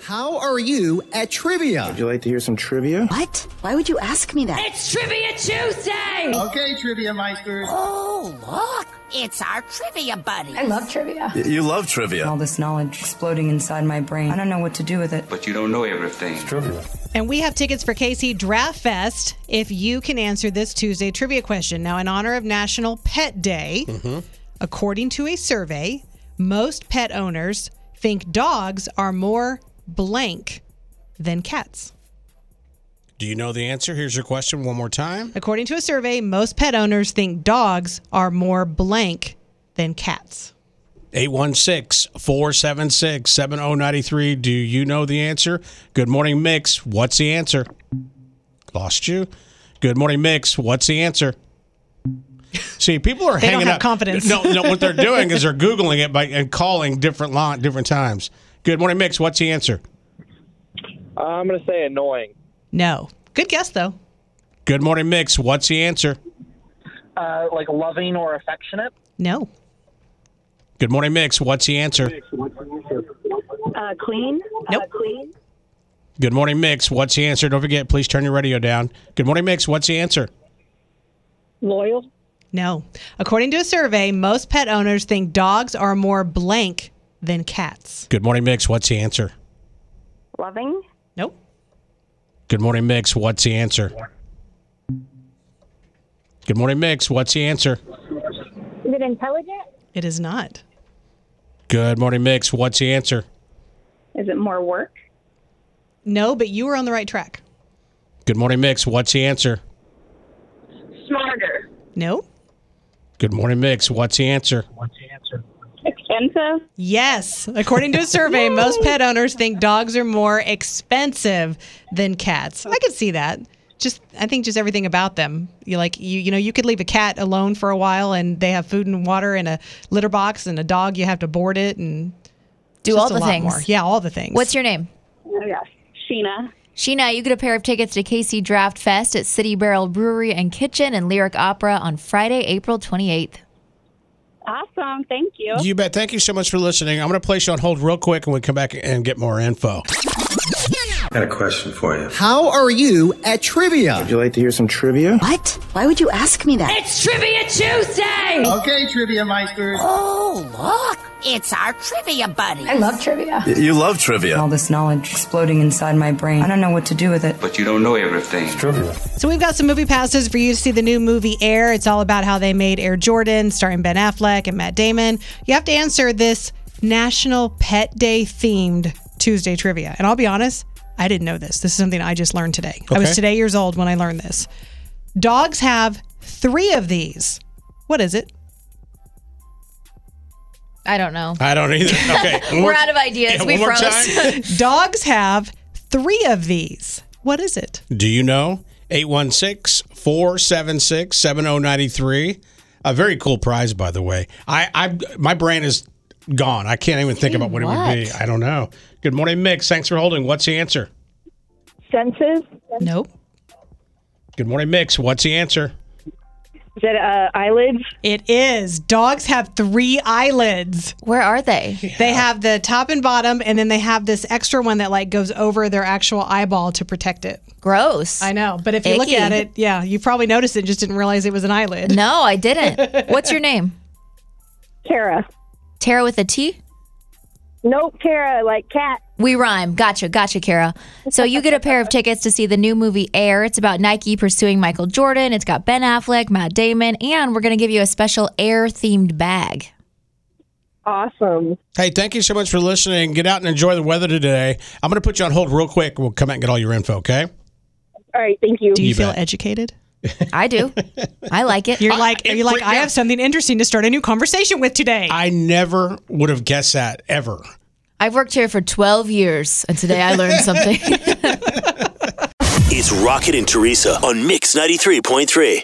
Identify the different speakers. Speaker 1: How are you at trivia?
Speaker 2: Would you like to hear some trivia?
Speaker 3: What? Why would you ask me that?
Speaker 4: It's Trivia Tuesday!
Speaker 5: Okay, trivia meisters.
Speaker 6: Oh, look! It's our trivia buddy.
Speaker 7: I love trivia.
Speaker 8: You love trivia.
Speaker 9: All this knowledge exploding inside my brain. I don't know what to do with it.
Speaker 10: But you don't know everything.
Speaker 11: And we have tickets for KC Draft Fest if you can answer this Tuesday trivia question. Now, in honor of National Pet Day, according to a survey, most pet owners think dogs are more blank than cats.
Speaker 12: Do you know the answer? Here's your question one more time.
Speaker 11: According to a survey, most pet owners think dogs are more blank than cats.
Speaker 12: 816 476 7093. Do you know the answer? Good morning, Mix. What's the answer? Lost you. Good morning, Mix. What's the answer? See, people are
Speaker 11: They don't
Speaker 12: hanging
Speaker 11: have
Speaker 12: up.
Speaker 11: confidence.
Speaker 12: No, no. What they're doing is they're googling it by and calling different line, different times. Good morning, Mix. What's the answer?
Speaker 13: I'm going to say annoying.
Speaker 11: No. Good guess, though.
Speaker 12: Good morning, Mix. What's the answer?
Speaker 13: Uh, like loving or affectionate?
Speaker 11: No.
Speaker 12: Good morning, Mix. What's the answer?
Speaker 7: Uh, clean.
Speaker 11: Nope.
Speaker 7: Uh, clean.
Speaker 12: Good morning, Mix. What's the answer? Don't forget, please turn your radio down. Good morning, Mix. What's the answer?
Speaker 7: Loyal.
Speaker 11: No. According to a survey, most pet owners think dogs are more blank than cats.
Speaker 12: Good morning, Mix. What's the answer?
Speaker 7: Loving.
Speaker 11: Nope.
Speaker 12: Good morning, Mix. What's the answer? Good morning, Mix. What's the answer?
Speaker 7: Is it intelligent?
Speaker 11: It is not.
Speaker 12: Good morning, Mix. What's the answer?
Speaker 7: Is it more work?
Speaker 11: No, but you were on the right track.
Speaker 12: Good morning, Mix. What's the answer?
Speaker 7: Smarter.
Speaker 11: No.
Speaker 12: Good morning, Mix. What's the answer?
Speaker 7: Expensive.
Speaker 11: Yes. According to a survey, most pet owners think dogs are more expensive than cats. I could see that. Just I think just everything about them. You like you you know, you could leave a cat alone for a while and they have food and water and a litter box and a dog you have to board it and
Speaker 14: Do
Speaker 11: just
Speaker 14: all
Speaker 11: a
Speaker 14: the
Speaker 11: lot
Speaker 14: things.
Speaker 11: more. Yeah, all the things.
Speaker 14: What's your name?
Speaker 7: Oh yes. Sheena.
Speaker 14: Sheena, you get a pair of tickets to KC Draft Fest at City Barrel Brewery and Kitchen and Lyric Opera on Friday, April 28th.
Speaker 7: Awesome. Thank you.
Speaker 12: You bet. Thank you so much for listening. I'm going to place you on hold real quick and we come back and get more info.
Speaker 10: I got a question for you.
Speaker 1: How are you at
Speaker 2: Would
Speaker 1: trivia?
Speaker 2: you like to hear some trivia?
Speaker 3: What? Why would you ask me that?
Speaker 4: It's Trivia Tuesday!
Speaker 5: Okay, trivia meisters.
Speaker 6: Oh, look! It's our trivia buddy.
Speaker 7: I love trivia.
Speaker 8: You love trivia.
Speaker 9: All this knowledge exploding inside my brain. I don't know what to do with it.
Speaker 10: But you don't know everything.
Speaker 11: So we've got some movie passes for you to see the new movie Air. It's all about how they made Air Jordan, starring Ben Affleck and Matt Damon. You have to answer this National Pet Day themed Tuesday trivia. And I'll be honest, I didn't know this. This is something I just learned today. I was
Speaker 12: Okay.
Speaker 11: today years old when I learned this. Dogs have three of these. What is it?
Speaker 14: I don't know.
Speaker 12: I don't either. Okay. One more-
Speaker 14: We're out of ideas.
Speaker 12: Yeah,
Speaker 14: we
Speaker 12: one more
Speaker 14: froze.
Speaker 12: time.
Speaker 11: Dogs have three of these. What is it?
Speaker 12: Do you know? 816 476 7093. A very cool prize, by the way. I, I My brain is gone. I can't even think about what, it would be.
Speaker 14: What?
Speaker 12: I don't know. Good morning, Mix. Thanks for holding. What's the answer?
Speaker 7: Senses.
Speaker 11: Nope.
Speaker 12: Good morning, Mix. What's the answer?
Speaker 7: Is it uh, eyelids?
Speaker 11: It is. Dogs have three eyelids.
Speaker 14: Where are they?
Speaker 11: They have the top and bottom, and then they have this extra one that like goes over their actual eyeball to protect it.
Speaker 14: Gross.
Speaker 11: I know, but if you look
Speaker 14: Icky.
Speaker 11: at it, yeah, you probably noticed it, just didn't realize it was an eyelid.
Speaker 14: No, I didn't. What's your name?
Speaker 7: Tara.
Speaker 14: Tara with a T?
Speaker 7: Nope. Tara. Like cat.
Speaker 14: We rhyme. Gotcha, gotcha, Kara. So you get a pair of tickets to see the new movie Air. It's about Nike pursuing Michael Jordan. It's got Ben Affleck, Matt Damon, and we're going to give you a special Air themed bag.
Speaker 7: Awesome.
Speaker 12: Hey, thank you so much for listening. Get out and enjoy the weather today. I'm going to put you on hold real quick. We'll come out and get all your info, okay?
Speaker 7: All right. Thank you.
Speaker 11: Do you,
Speaker 12: You
Speaker 11: feel
Speaker 12: bet.
Speaker 11: educated?
Speaker 14: I do. I like it.
Speaker 11: You're like, are you like,
Speaker 12: it-
Speaker 11: I have something interesting to start a new conversation with today.
Speaker 12: I never would have guessed that ever.
Speaker 14: I've worked here for 12 years, and today I learned something.
Speaker 8: It's Rocket and Teresa on Mix 93.3.